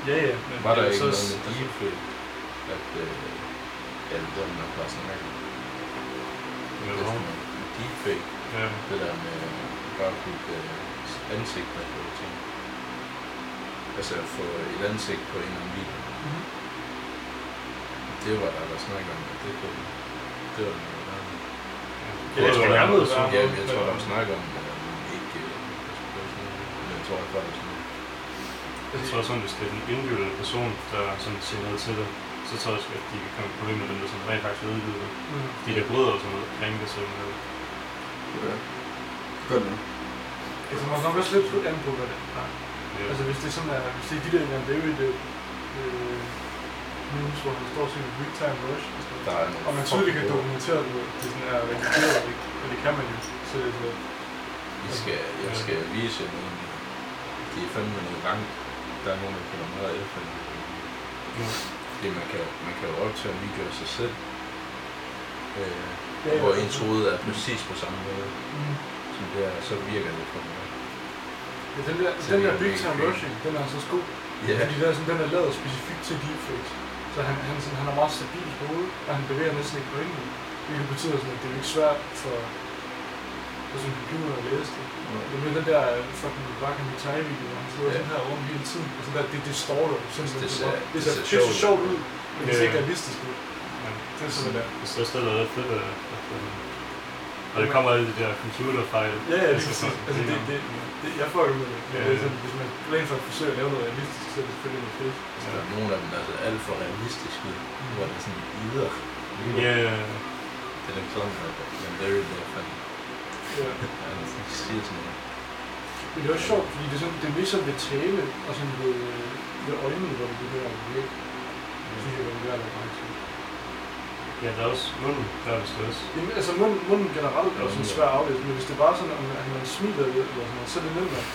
Ja, ja. Men Var der det er ikke så s- noget med deepfake? At, øh, ja, det er nok bare sådan, at Med det er det. sådan noget deepfake, Ja. det der med øh, bare at putte øh, ansigter på ting. Altså at få et ansigt på en eller anden video. Mhm. Det var der, der snakker om, at det kunne... Det var noget værre. Ja, jeg tror, der er noget værre. Ja, men jeg tror, der var snak om, at man ikke... øh, Men jeg tror, der var sådan noget. Jeg tror også, sådan, hvis det er den individuelle person, der sådan siger noget til det, så tror jeg også, at de kan komme i problemer med dem, der sådan rent faktisk udgiver det. Mm. De der bryder og sådan noget, kring det sådan noget. Ja. Godt nok. Altså, man kan nok også lidt an på, hvad det er. Ja. Altså, hvis det er sådan, at hvis det er de der Ian David øh, øh, memes, hvor han står og siger, big time rush, og sådan noget. Der er nogle Og man tydeligt kan fucking gode- dokumentere det, det sådan er redigeret, og det, og det kan man jo. Så det er sådan, I skal, jeg skal vise jer noget. Det er fandme noget langt. Der er nogen, der kan være meget efter. Ja. Det man kan, man kan jo optage en video af sig selv. Øh, ja, hvor ja. ens hoved er præcis på samme måde, Mm. som det er, så virker det for mig. Ja, den der, Så den det der er big mega time fint. rushing, den er altså også god. Ja, Fordi der er sådan, den er lavet specifikt til deepfakes. Så han, han, sådan, han er meget stabil i hovedet, og han bevæger næsten ikke på inden. Hvilket betyder sådan, at det er ikke svært for, for sådan en computer at læse det. Det er mere den der øh, fucking Bakken Mitai-video, hvor han sidder Ja. sådan her rundt hele tiden. Og sådan der, det distorter. Sådan, Det det, ser- det, det det, ser, ser det ser sjovt ud. Mm. sjovt ud, men det ser Ja. ikke realistisk ud. Det er sådan der. Hvis der stadig er fedt, at, at, at, og det kommer alle de der computerfejl. Ja, ja, lige Altså, præcis. sådan, Altså, det, det, det, jeg får jo med det. Men Ja, det er ja. sådan, hvis man rent faktisk forsøger at lave noget realistisk, så er det selvfølgelig noget fedt. altså, der er nogle af dem, der er alt for realistisk ud, Mm. hvor det er sådan yder. Ja, ja, ja. Det er dem sådan, at man der er der fandme. Ja. Han siger sådan noget. Men det er også sjovt, fordi det er, sådan, det er ligesom ved tale og sådan ved, øh, ved øjnene, hvor det begynder at virke. Mm. Jeg synes, det er værd at lade til. Ja, der er også munden, der er vist også. Jamen, altså munden, munden generelt er jo sådan Ja. svær at aflæse, men hvis det er bare sådan, at man, at man smiler lidt, eller sådan noget, så er det nemt nok.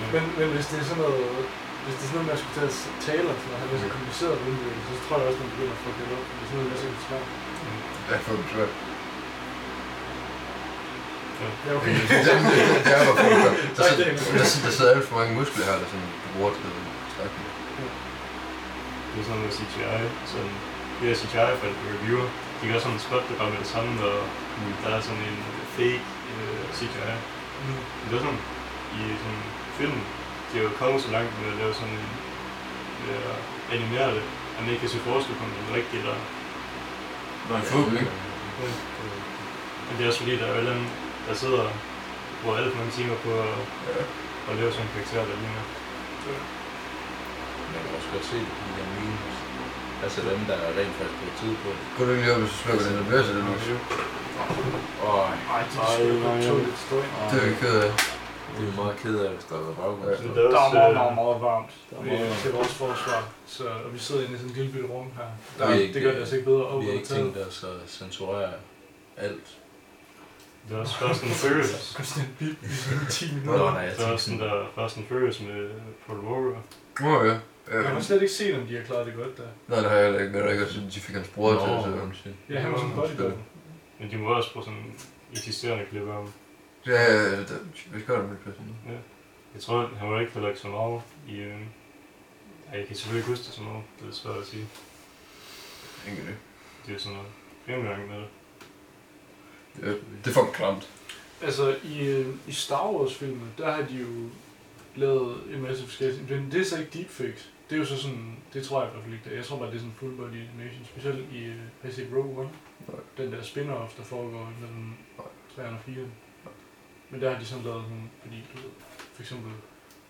Ja. Men, men hvis det er sådan noget, hvis det er sådan noget, man skulle tage at tale og sådan noget, have lidt så kompliceret udvikling, så tror jeg også, man begynder at få det op. Det er sådan noget, der er sikkert svært. Det er fucking svært. Ja, okay. Det er fucking svært. Der, Tak, sidder- Daniel. der, sidder- der sidder alt for mange muskler her, der sådan du bruger til at trække. Det er sådan noget med CGI. Sådan, det der CGI for en reviewer, de kan også sådan spotte det bare med det samme, og Mm. der er sådan en fake øh, CGI. Men Det er sådan, i sådan film, de er jo kommet så langt med at lave sådan en, med at animere det, at man ikke kan se forskel på, om det er rigtigt eller Nå, en forhåbentlig. Men det er også fordi, der er jo et eller andet, der sidder og bruger alle for mange timer på at, Ja. at lave sådan en karakter, der ligner. Man kan også godt se det på de der memes. Altså dem, der rent faktisk bruger tid på det. Gå du lige op, hvis du slukker den, der bliver så det nu. Ja. Åh, Ej, de Ej, skulle nej, have ja. tålet et støj. Det er vi ked af. det er vi meget ked af, hvis der er baggrund. Ja. Ja. Der er Der er også, meget, øh, meget, meget varmt der er vi- meget varmt. til vores forsvar, så, og vi sidder inde i sådan et lille bitte rum her. Der, Vi er det ikke, øh, gør det altså ikke bedre op Vi har og ikke taget. tænkt os at censurere alt. Det er også Fast and Furious. Konstant bip i sådan 10 Nå, minutter. nej, jeg Der er tænkte også sådan sådan, der Fast and Furious med Paul Walker. Nå ja. Øh, Jeg har slet ikke set, om de har klaret det godt der. nej, det har jeg heller ikke, men jeg også, at de fik hans bror til. Så. til. Ja, han var sådan Nå, godt i dag. Men de må også bruge sådan eksisterende klip af ham. Ja, ja, ja, det, vi skal gøre det med pladsen. Jeg tror, han var ikke heller ikke så meget i... Øh... Ej, jeg kan selvfølgelig ikke huske det så meget. Det er svært at sige. Ingen idé. Det er sådan noget rimelig langt med det. Ja, Det er fucking klamt. Altså, i, øh, i Star Wars-filmen, der har de jo lavet en masse forskellige ting. Men det er så ikke deepfakes. Det er jo så sådan, det tror jeg i hvert fald ikke det er. Jeg tror bare, det er sådan full body animation. Specielt i øh, Pacific Rogue One. Nej. Den der spin-off, der foregår mellem Nej. 3 og 4. Men der har de sådan lavet sådan, fordi du ved, for eksempel,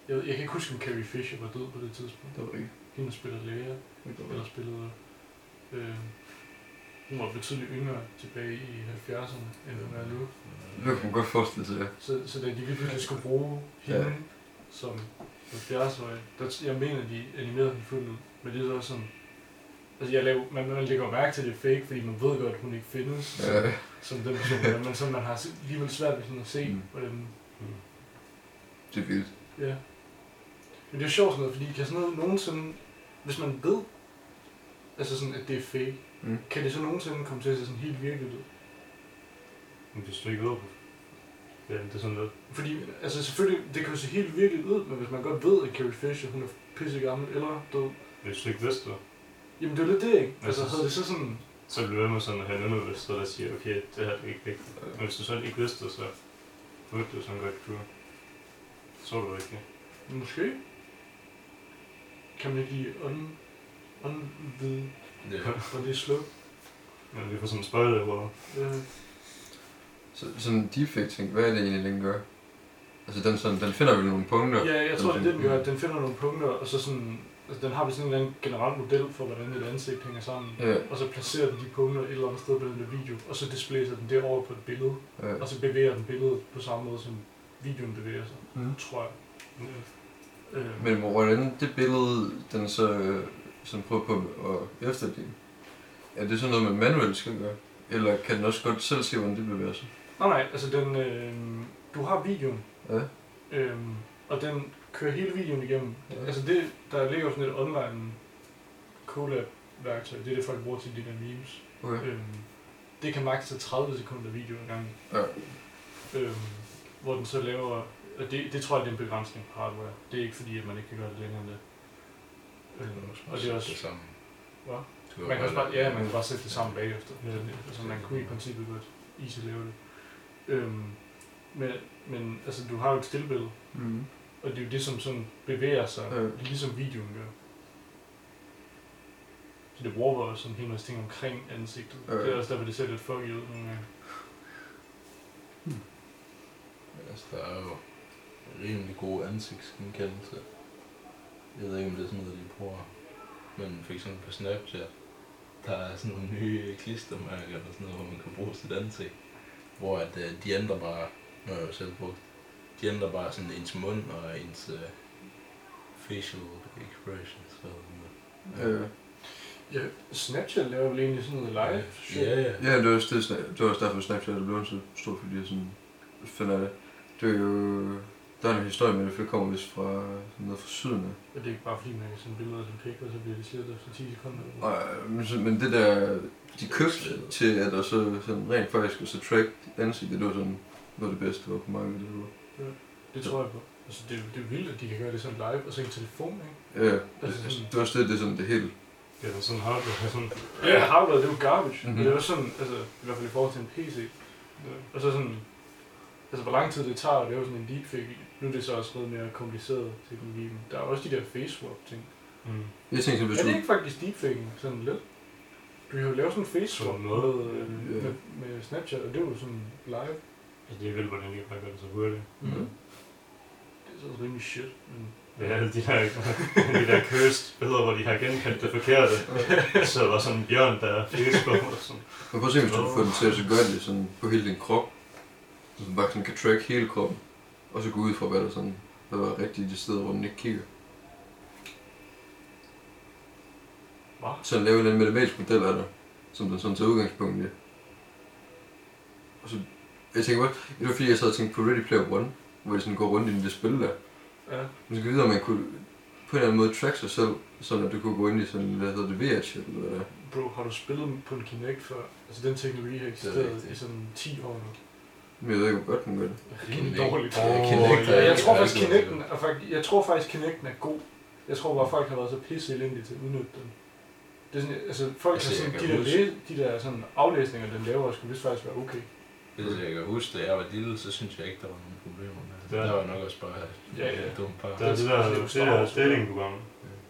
jeg, ved- jeg kan ikke huske, om Carrie Fisher var død på det tidspunkt. Det var ikke. Hende der spillede læger, eller spillede, øh, hun var betydeligt yngre tilbage i 70'erne, end hun er nu. Det kan man godt forestille sig, ja. Så, så da de lige pludselig skulle bruge hende Ja. ja. som 70-årig, der, t- jeg mener, de animerede hende fuldt ud. Men det er så også sådan... Altså, jeg laver, man, man lægger jo mærke til, at det er fake, fordi man ved godt, at hun ikke findes ja. Ja, som den person. Men man, så man har sim- alligevel svært ved sådan at se, Mm. mm. hvordan... Mm. det er vildt. Ja. Men det er sjovt sådan noget, fordi kan sådan noget nogensinde... Hvis man ved, altså sådan, at det er fake, Mm. mm. kan det så nogensinde komme til at se sådan helt virkeligt ud? Men hvis du ikke ved på Ja, det er sådan lidt. Fordi, altså selvfølgelig, det kan jo se helt virkeligt ud, men hvis man godt ved, at Carrie Fisher, hun er pisse gammel eller død, Hvis du ikke vidste det, jamen det er jo lidt det, ikke? Altså, Jeg synes- havde det så sådan, så bliver du ved med sådan at have en undervidsthed, der siger, okay, det her er ikke vigtigt. Men hvis du selv ikke vidste det, så burde du sådan godt kunne. Så du ikke det. måske, kan man ikke lige ånden, ånden vide, Ja. hvor det er slået. Men vi får sådan en spøjle, hvor Øh, Så, sådan en deepfake ting, hvad er det egentlig, den gør? Altså den, sådan, den finder vi nogle punkter. ja, jeg tror, det er det, den finder- gør, at den finder nogle punkter, og så sådan, altså den har vel sådan en eller anden generel model for, hvordan et ansigt hænger sammen. Ja, Og så placerer den de punkter et eller andet sted på den der video, og så displayer den det over på et billede, ja. og så bevæger den billedet på samme måde, som videoen bevæger sig, Mm. tror jeg. ja, Øh, Men hvordan det billede, den så øh, sådan prøver på at efterligne, er det sådan noget, man manuelt skal gøre? Eller kan den også godt selv se, hvordan det bevæger sig? Nej, nej, altså den, øh, du har videoen, Ja. øh, og den kører hele videoen igennem. Ja. Ja. Altså det, der ligger jo sådan et online collab-værktøj, det er det, folk bruger til de der memes. Okay. Øh, det kan maks. tage 30 sekunder video ad gangen. Ja. Øh, hvor den så laver, og det, det tror jeg, det er en begrænsning på hardware. Det er ikke fordi, at man ikke kan gøre det længere end det. Øh, og det er også, det samme. Hvad? Du kan man kan også bare, ja, man kan kan bare sætte det sammen bagefter. Ja. Ja. Altså, man kunne i princippet godt easy lave det. Øhm, men, men altså, du har jo et stillbillede, Mm. og det er jo det, som sådan bevæger sig, Ja. ja. ligesom videoen gør. Så det bruger også sådan en hel masse ting omkring ansigtet. Ja. Ja. Det er også derfor, det ser lidt fucky ud nogle gange. Altså, der er jo rimelig god ansigtsgenkendelse. Jeg ved ikke, om det er sådan noget, de bruger. Men for eksempel på Snapchat, der er sådan nogle nye klistermærker og sådan noget, hvor man kan bruge sit ansigt. Hvor at, øh, de ændrer bare, når jeg jo selv brugt, de ændrer bare sådan ens mund og ens øh, facial expressions. Og sådan noget. Øh, Ja, Snapchat laver vel egentlig sådan noget live? Ja, ja. ja, det var også, det, Sna- det var også derfor, Snapchat er blevet så stor, fordi jeg sådan finder det. Det er jo... Der er en historie med det, for det kommer vist fra sådan noget fra syden af. Og det er ikke bare fordi, man kan sende billeder af sin pik, og så bliver det slettet efter 10 sekunder. Nej, øh, men, så- men det der, de købte til, at der så sådan rent faktisk så track ansigtet, det var sådan noget af det bedste, der var på markedet. Det var. Det tror jeg på. Altså, det, er jo- det er vildt, at de kan gøre det sådan live, og så en telefon, ikke? Ja, det, det var også det, det er sådan det hele. det er sådan hardware. Sådan, Ja, hardware, det er jo garbage. Mhm. Mm-hmm. Men det er også sådan, altså, i hvert fald i forhold til en PC. ja. Og så sådan, altså hvor lang tid det tager, det er jo sådan en deepfake. Nu er det så også noget mere kompliceret teknologi, men der er også de der face swap ting. Mm. Jeg tænkte sådan, hvis Er det du... ikke faktisk deepfaking sådan lidt? Du kan jo lave sådan en face swap På en måde, med, øh, ja. med, med, Snapchat, og det er jo sådan live. Altså, Alligevel, hvordan de bare gør det så hurtigt. Mhm. Det er sådan rimelig shit, men Ja. Ja, alle de der, de der cursed billeder, hvor de har genkendt det forkerte. Så der var sådan en bjørn, der fik på og sådan. Men prøv at se, hvis du kan få den til at så gøre det sådan på hele din krop. Så den bare sådan kan track hele kroppen. Og så gå ud fra, hvad der sådan hvad var rigtigt de steder, hvor den ikke kigger. Hva? Så lave en eller anden matematisk model af det, som den sådan tager udgangspunkt i. Og så, jeg tænker bare, det var fordi jeg sad og tænkte på Ready Player One, hvor de sådan går rundt i det spil der. Ja. Man skal vide, om man kunne på en eller anden måde track sig selv, sådan at du kunne gå ind i sådan, hvad hedder det, VR-chat eller hvad det er. Bro, har du spillet på en Kinect før? Altså den teknologi har Det er eksisteret rigtigt. i sådan 10 år nu. Men jeg ved ikke, hvor godt den gør det. Det er en Kinect. dårlig Åh, Kinect Ja, jeg tror Ja, faktisk, det er- Kinecten er, faktisk, jeg tror faktisk, Kinecten er god. Jeg tror bare, folk har været så pisse elendige til at udnytte den. Det er sådan, altså, folk Altså, har jeg sådan, kan de, der, huske- læ- de der sådan aflæsninger, den laver, skulle vist faktisk være okay. Hvis Altså, jeg kan huske, da jeg var lille, så synes jeg ikke, der var nogen problemer med det. Ja. Der var nok også bare ja, Ja, ja. ja. dum par. Der er det der, det der datingprogram.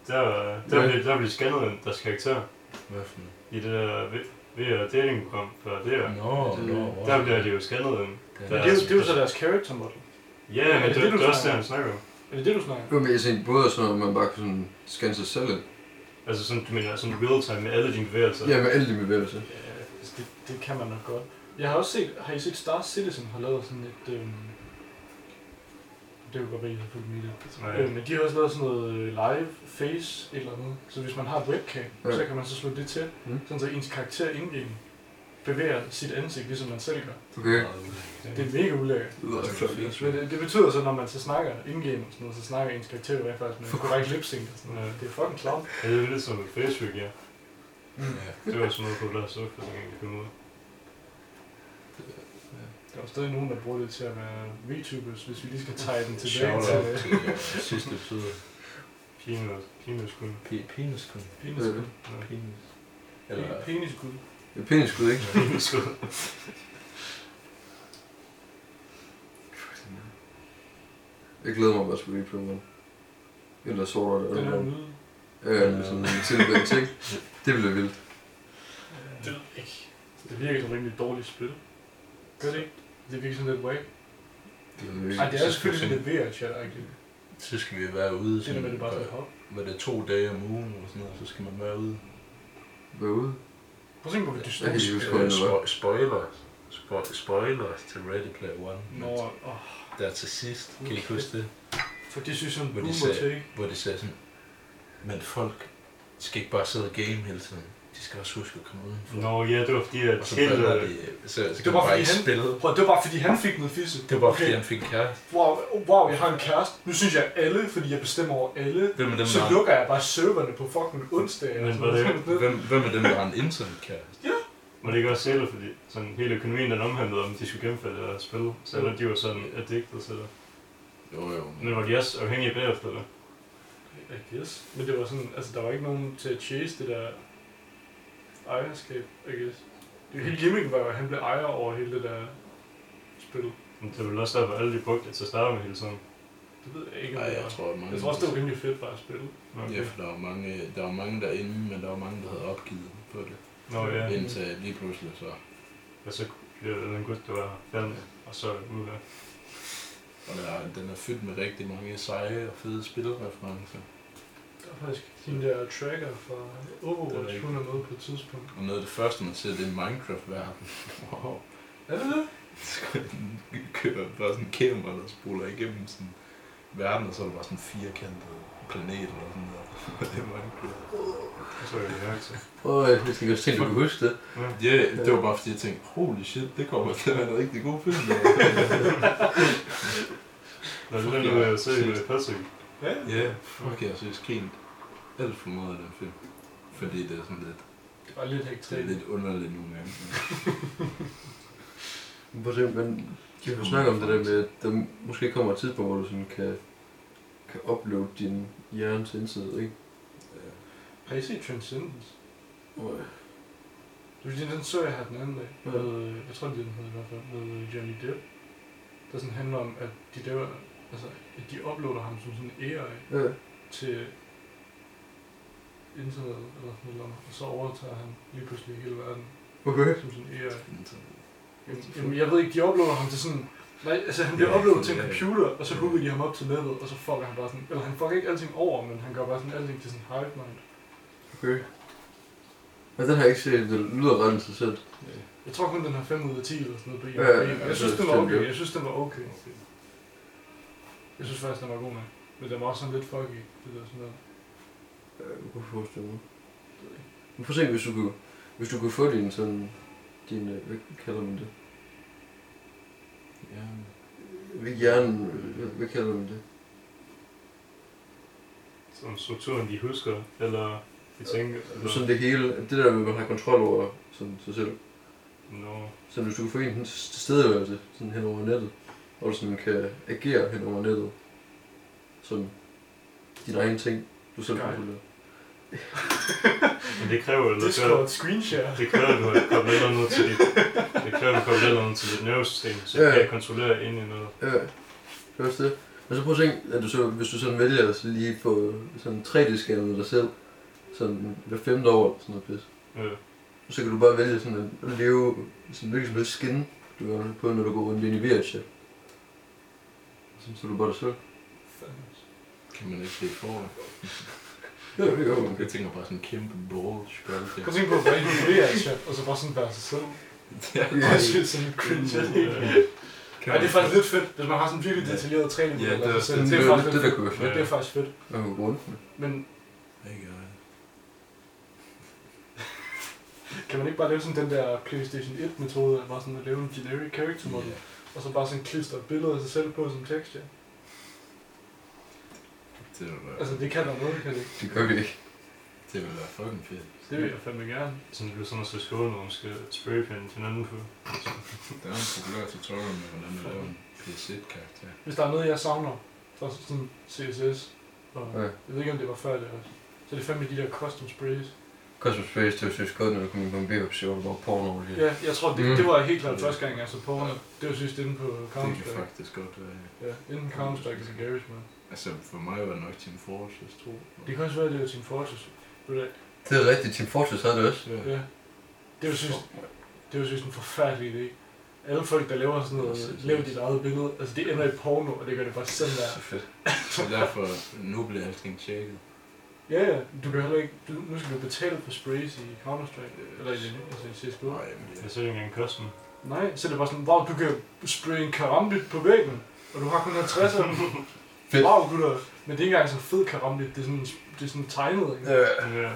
Der, der, blev, der blev scannet deres karakter Hvad for noget? i det der VR datingprogram før det her. Nå, Det- nå, wow. Der bliver de jo scannet ind. Ja. altså, Men det, er jo- det er jo så deres character model. Ja, men det, det, det er også det, han snakker om. Er det det, du snakker om? Jo, men jeg tænkte både sådan, at man bare kunne sådan scanne sig selv ind. Altså sådan, du mener sådan real time med alle dine bevægelser? Ja, med alle de bevægelser. Ja, altså, det, det kan man nok godt. Jeg har også set, har I set Star Citizen har lavet sådan et, øhm, det er jo godt være, I har fulgt med i det. Nej. Øh, men de har også lavet sådan noget øh, live face et eller andet. Så hvis man har et webcam, Ja. ja. så kan man så slå det til, Mm. mm. sådan så ens karakter indgame bevæger sit ansigt, ligesom man selv gør. Okay. Det er mega ulækkert. Det lyder klogt. Men det, det betyder så, når man så snakker indgame og sådan noget, så snakker ens karakter jo rent faktisk med en øh, korrekt lipsync og sådan noget. Ja. Det er fucking klamt. Ja, det er lidt som et Facebook, ja. Ja. Det var sådan noget populært så, for man kan finde ud af. Der er jo stadig nogen, der bruger det til at være VTubers, hvis vi lige skal tage den tilbage Shout til out øh, til øh, sidste episode. Penis, penis kun. P- Penis kun. peniskul. Penis. Pe- Øhm, Eller... Peniskul. Det er pænt skud, ikke? Penis kun. Jeg glæder mig bare til Replay One. Eller Sword Art Den er Online. ude. Ja, eller sådan en tilbage ting. Det bliver vildt. Det ved jeg ikke. Det virker som rimelig dårligt spil. Gør det ikke? Det virker sådan lidt wack. Det ved jeg Ej, ikke. det er selvfølgelig sådan lidt VR chat rigtigt. Så skal vi være ude Det er der, sådan, med, det bare på- skal hoppe. hvad det er, to dage om ugen eller sådan noget, så skal man være ude. Hvad er ude? Prøv at tænke på, hvor Jeg kan ikke dystopisk huske, det hvor er. Øh, det var. spo- spoilers. Spo- spoilers til Ready Player One. Nå, øh, åh, Der til sidst, kan I ikke Okay. huske det? for det synes jeg er en Hvor de boomer sagde- take. Hvor det sagde sådan, men folk skal ikke bare sidde og game hele tiden. De skal også huske at komme udenfor. Nå ja, det var fordi, at Og så helt... bander øh, de, så, så Det kan var man bare fordi ikke han- spille. Prøv, det var bare fordi han fik noget fisse. Det var fordi okay. han fik kæreste. Wow, wow, jeg har en kæreste. Nu synes jeg alle, fordi jeg bestemmer over alle. Hvem er dem, Så der har, lukker jeg bare serverne på fucking onsdag. altså. Men eller hvad er sådan noget. hvem, hvem er dem, der har en internetkæreste? Var det ikke også selv, fordi sådan hele økonomien den omhandlede om, de skulle gennemføre det der spil, så alle de var sådan addicted til det. Jo, jo. Men var de også afhængige bagefter det? I guess. Men det var sådan, altså der var ikke nogen til at chase det der ejerskab, I guess. Det hele gimmicken var jo, at han blev ejer over hele det der spil. Men det var vel også derfor, alle de brugte det til at starte med hele tiden. Det ved jeg ikke, om Ej, det jeg var. tror, at mange... Jeg tror også, det var rimelig fedt bare at spille. Okay. Ja, for der var mange, der var mange derinde, men der var mange, der havde opgivet på det. Nå ja, Men- Indtil lige pludselig så og så blev det en gut, der var færdig, og så ud af. Og der, er- den er fyldt med rigtig mange seje og fede spilreferencer. Der var faktisk hende der tracker fra Det er Overwatch, rigtigt. hun er med på et tidspunkt. Og noget af det første, man ser, det er Minecraft-verden. Wow. Er det det? Så den kører bare sådan en kamera, der spoler igennem sådan verden, og så er der bare sådan en firkantet planet eller sådan noget. Og det er Minecraft. Så var det mærke til. Åh, jeg skal ikke også tænke, du kan huske det. Ja. Ja, yeah, det var bare fordi, jeg tænkte, holy shit, det kommer til at være en rigtig god film. Nå, det er den, du øh, ser i øh, Patrick. Ja. Ja, yeah, fuck, jeg har seriøst grint alt for meget af den film. Fordi det er sådan lidt, Det var lidt det er hektisk. lidt underligt nogle gange. Men Prøv at se, men jeg vil snakke om det der med, at der måske kommer et tidspunkt, hvor du sådan kan, kan uploade din hjerne til indsiden, ikke? Ja. Har I set Transcendence? Og Det er fordi, den så jeg her den anden dag. Ja. Med, øh, jeg tror, det er den hedder i hvert fald. Med øh, Johnny Depp. Der sådan handler om, at de laver... Altså, at de uploader ham som sådan en AI Ja, til internettet eller sådan noget, og så overtager han lige pludselig hele verden okay. som sådan en AI. Internet. Jamen, jeg ved ikke, de uploader ham til sådan... Nej, altså han bliver Ja, uploadet til en ja, ja. computer, og så hooker de ham op til nettet, og så fucker han bare sådan... Eller han fucker ikke alting over, men han gør bare sådan alting til sådan hive mind. Okay. Men den har jeg ikke set, det lyder ret interessant. Jeg tror kun, den har 5 ud af 10 eller sådan noget på Ja, ja, IMDb. ja, Jeg synes, så den var stemmer okay. det. Jeg synes, den var okay. Jeg synes faktisk, den var god med. Men den var også sådan lidt fucky. Det der sådan noget. Jeg kunne forestille mig. Men prøv at se, hvis du kunne, hvis du kunne få din sådan... Din, øh, hvad kalder man det? Ja. Hvad hjernen, hvad, hvad kalder man det? Sådan strukturen, de husker, eller de tænker, eller... Altså Sådan det hele, det der med, at man har kontrol over sådan, sig selv. Nå, Så hvis du kan få en til stedeværelse sådan hen over nettet, og du sådan kan agere hen over nettet, som dine egne ting, du selv Skype. kontrollerer. men det kræver jo, at du gør- Discord screenshare. det kræver, at du har koblet noget til dit, det kræver, at du koblet noget til dit nervesystem, så Ja. du kan kontrollere ind i noget. Ja, det er også det. Men så prøv at tænke, at du så, hvis du sådan vælger at lige få sådan 3D-scannet dig selv, sådan hver femte år eller sådan noget pis. Øh, Og så kan du bare vælge sådan at leve sådan hvilken som helst skin, du gør på, når du går rundt ind i VR-chat. Sådan så er du bare dig selv. Kan man ikke se for? Ja, det gør man. Jeg tænker bare sådan en kæmpe ball skjold til. Prøv at tænke på, hvordan du bliver chat, og så bare sådan være sig selv. Ja, Det er også lidt sådan lidt cringe. er det ikke? øh, Ja, det er faktisk lidt fedt, hvis man har sådan virkelig Ja. detaljeret træning. Ja, eller det er også sådan. det. det, Det er var faktisk lidt det, lidt der kunne fedt. være Ja, det er faktisk fedt. Man kan gå rundt med. Men Ikke, øh, kan man ikke bare lave sådan den der PlayStation 1-metode, at bare sådan at lave en generic character model, ja. og så bare sådan klister et billede af sig selv på som tekst, ja? Det vil være, Altså, det kan der noget, kan det ikke? Det gør vi ikke. det vil være fucking fedt. Det vil jeg fandme gerne. sådan det bliver sådan noget til skolen, hvor man skal spraypinde hinanden på. Der er en populær tutorial med, hvordan man laver en PC-karakter. Hvis der er noget, jeg savner fra sådan CSS, og Ja. jeg ved ikke, om det var før det også, så er det fandme de der custom sprays. Cosmos Space, det var synes godt, når du kom ind på en bebop, så var der bare porno over det. Ja, jeg tror, det, Mm. det var helt klart første gang, jeg så på. Det var sidst inde på Det kan Counter-Strike. faktisk godt være. ja. Ja, inden Counter-Strike og Garage, man. Altså, for mig var det nok Team Fortress 2. Det kan også være, at det var Team Fortress. Ved du hvad? Det er rigtigt, Team Fortress havde det også. Ja. Ja. Det var synes, det var synes en forfærdelig idé. Alle folk, der laver sådan noget, lav dit eget billede, altså det ender i porno, og det gør det bare sådan der. Så fedt. Så derfor, nu bliver alting tjekket. Ja, ja, du kan heller ikke, du, nu skal du betale for sprays i Counter-Strike, eller i, altså i CSGO. Nej, men Det er det så ikke engang kosten. Nej, så er det var sådan, wow, du kan spraye en karambit på væggen, og du har kun 50 af dem. Fedt. Wow, gutter. Men det er ikke engang så fed karambit, det er sådan, det er sådan tegnet, ikke? Øh, Ja.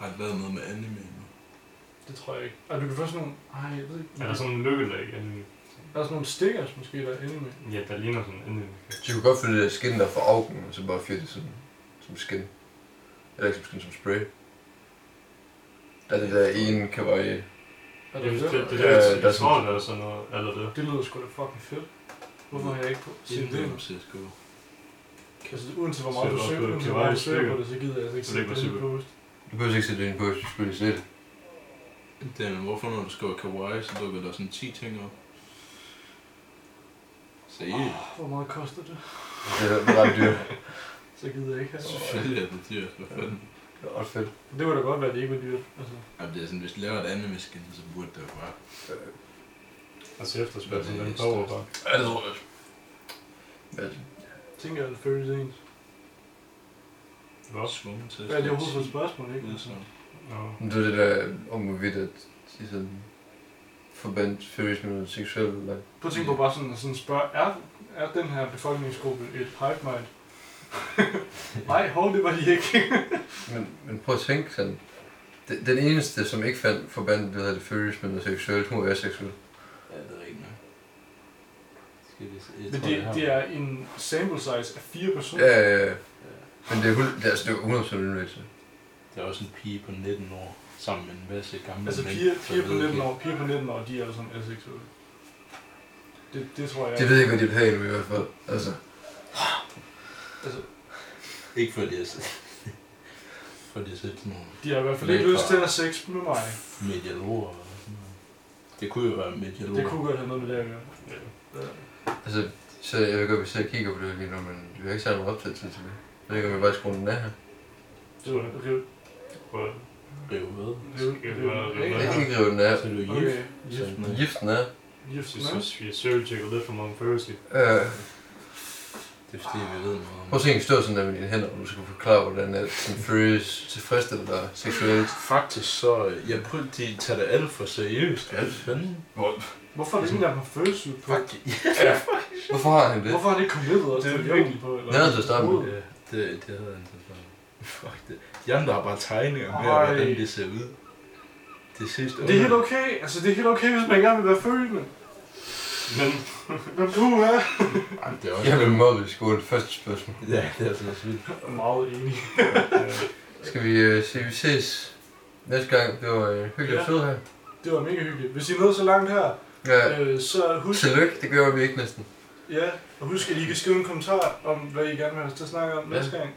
har det lavet noget med anime nu. Det tror jeg ikke. Og du kan få sådan nogle, ej, jeg ved ikke. Er der sådan en lykkelag anime? der er sådan nogle stickers måske, der er inde med. Ja, der ligner sådan en anime. de kunne godt finde det der skin der fra augen, og så bare fyre det som, som skin. Eller ikke som skin, som spray. Der er det der ene kawaii. Er Jamen, der det, det? det, Ja, det der, der er jeg tror, der er sådan noget, eller det. Det lyder sgu da fucking fedt. Hvorfor har jeg ikke på- set det? Indløb CSGO. Altså, uanset hvor meget Så du jeg søger, også uanset på hvor meget du Kawaii søger på sticker. det, så gider jeg altså ikke Så det se den er ikke possible. post. Du behøver ikke sætte det ind på, du skal slet. Det er, hvorfor når du skriver kawaii, så dukker der sådan 10 ting op. Se, oh. Hvor meget koster det? Det er ret dyrt. Så gider jeg ikke have det. selvfølgelig er det dyrt. Hvad fanden? Det er ret fedt. Det kunne da godt være, at det ikke var dyrt. Altså, Ej, det er sådan, hvis du laver et anime skin, så burde det jo bare... Altså efterspørg sådan Det er den power bar. Ja, det tror jeg. Altså, tænker jeg, at det føles ens. Hvad? Svunget til. Hvad er det overhovedet for et spørgsmål, ikke? Altså, Udsagn. Nå. men det er det der om hvorvidt, at de sådan forbandt Furious med noget seksuelt. Eller... Prøv at tænke på bare sådan, at sådan spørge, er, er den her befolkningsgruppe et hive mind? Nej, hov, det var de ikke. Men, men prøv at tænke sådan. Den, den eneste, som ikke fandt forbandt, det hedder det Furious med noget seksuelt, hun var aseksuel. Ja, det er rigtigt nok. Skal vi se? Jeg Men tror, jeg har- det, det er en sample size af fire personer. Ja, ja, ja. Men det er, hul- det er, altså, det er 100 løse. Der er også en pige på 19 år, sammen med en masse gamle Altså mænd, piger, Mm, så piger på ved 19 jeg år, piger på 19 år, de er alle sammen aseksuelle. Det, det tror jeg De ved ikke, hvad de vil have endnu i hvert fald. Altså, Altså, ikke- Ikke fordi jeg sidder... fordi jeg sidder sådan nogle de har i hvert fald ikke Lækre. lyst til at have sex med mig. medialoger eller sådan noget. Det kunne jo være medialoger. Det kunne godt have noget med det at gøre. Ja. altså så jeg ved godt, vi sidder og kigger på det lige nu, men vi har ikke særlig meget optagelse til det. Jeg ved ikke, om vi bare skruer den af her. Det var det. Prøv at rive hovedet. Skal vi bare rive Jeg noget kan af? ikke rive den af. Så er det jo gift. Okay. sådan, øh, Giften er. Jeg Gift med? synes, vi har sølvtjekket lidt for mange følelser. Øh, Det er fordi, vi ved noget om prøv at se en stå sådan der med dine hænder, og du skal forklare, hvordan at sådan Furious tilfredsstiller dig seksuelt. Faktisk så, øh, jeg prøvede, de tager det alt for seriøst. Alt fanden. Hvorfor er det ingen, der har følelsesud på? Fuck. Hvorfor har han det? Hvorfor har han ikke kommet med os? Det Det er er virkelig- virkelig på. Det havde han til at starte med. Ja, det, det havde han så sådan. Fuck det. De andre har bare tegninger med, Ej. hvordan det ser ud. Det sidste Det er helt okay. Altså, det er helt okay, hvis man gerne vil være følende. Men Men puha. Ej, det er også... Jeg vil mobbe i skolen. Første spørgsmål. Ja, det er altså så sygt. Jeg er meget enig. øh, Skal vi øh, se, vi ses næste gang. Det var øh, hyggeligt at Ja. sidde her. Det var mega hyggeligt. Hvis I nåede så langt her, Ja, øh, så husk, tillykke. Det gør vi ikke næsten. ja, og husk, at I kan skrive en kommentar om, hvad I gerne vil have os til at snakke om Ja. næste gang.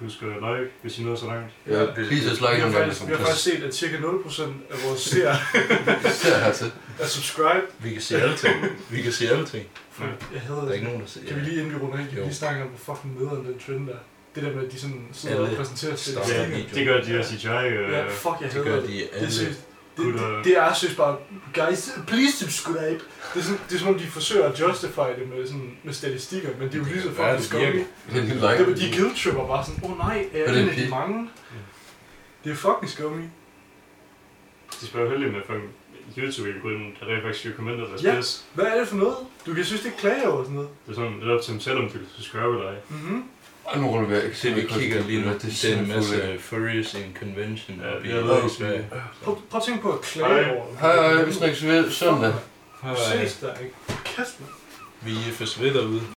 husk at like, hvis I nåede så langt. Ja, please os like Vi har en gang. faktisk, vi har faktisk set, at cirka 0% af vores seere Ser hertil. er subscribe. Vi kan se alle ting. Vi kan se alle ting. Jeg hader Der er det. ikke nogen, der ser. Kan vi lige inden vi runder af, kan vi Jo. lige snakke om, hvor fucking nederen den trend er? Det der med, at de sådan sidder Alle og præsenterer sig. starter Ja, videoen. det gør de også i Jai. Øh, Ja, fuck, jeg Det hader gør det. de Det er alle. seriøst. Det, Gutter. det, det er seriøst bare, guys, please subscribe. Det er, sådan, det er som om, de forsøger at justify det med, sådan, med statistikker, men det er jo lige så Ja, fucking det virker. skummet. Det er en lille Det var like. de guilt-tripper bare sådan, åh oh, nej, er det det en en af pige? de mange? Ja. Det er fucking skummi. de spørger heldig med fucking YouTube ikke kun, der er faktisk skriver kommenter, der Ja. er spids. Hvad er det for noget? Du kan synes, det er klage over sådan noget. Det er sådan, det er op til dem selv, om de vil subscribe eller ej. Mhm. Og nu ruller vi af. Se, vi kigger lige nu. Det er en masse furries in convention. Ja, oppe i jeg ved ikke, Sverige. Prøv, prøv at tænke på at klage Hej. over. Hej, hej. Vi snakkes ved søndag. Fuck, mand. Hej. Ses der, ikke? Kæft, mand. Vi forsvinder ud.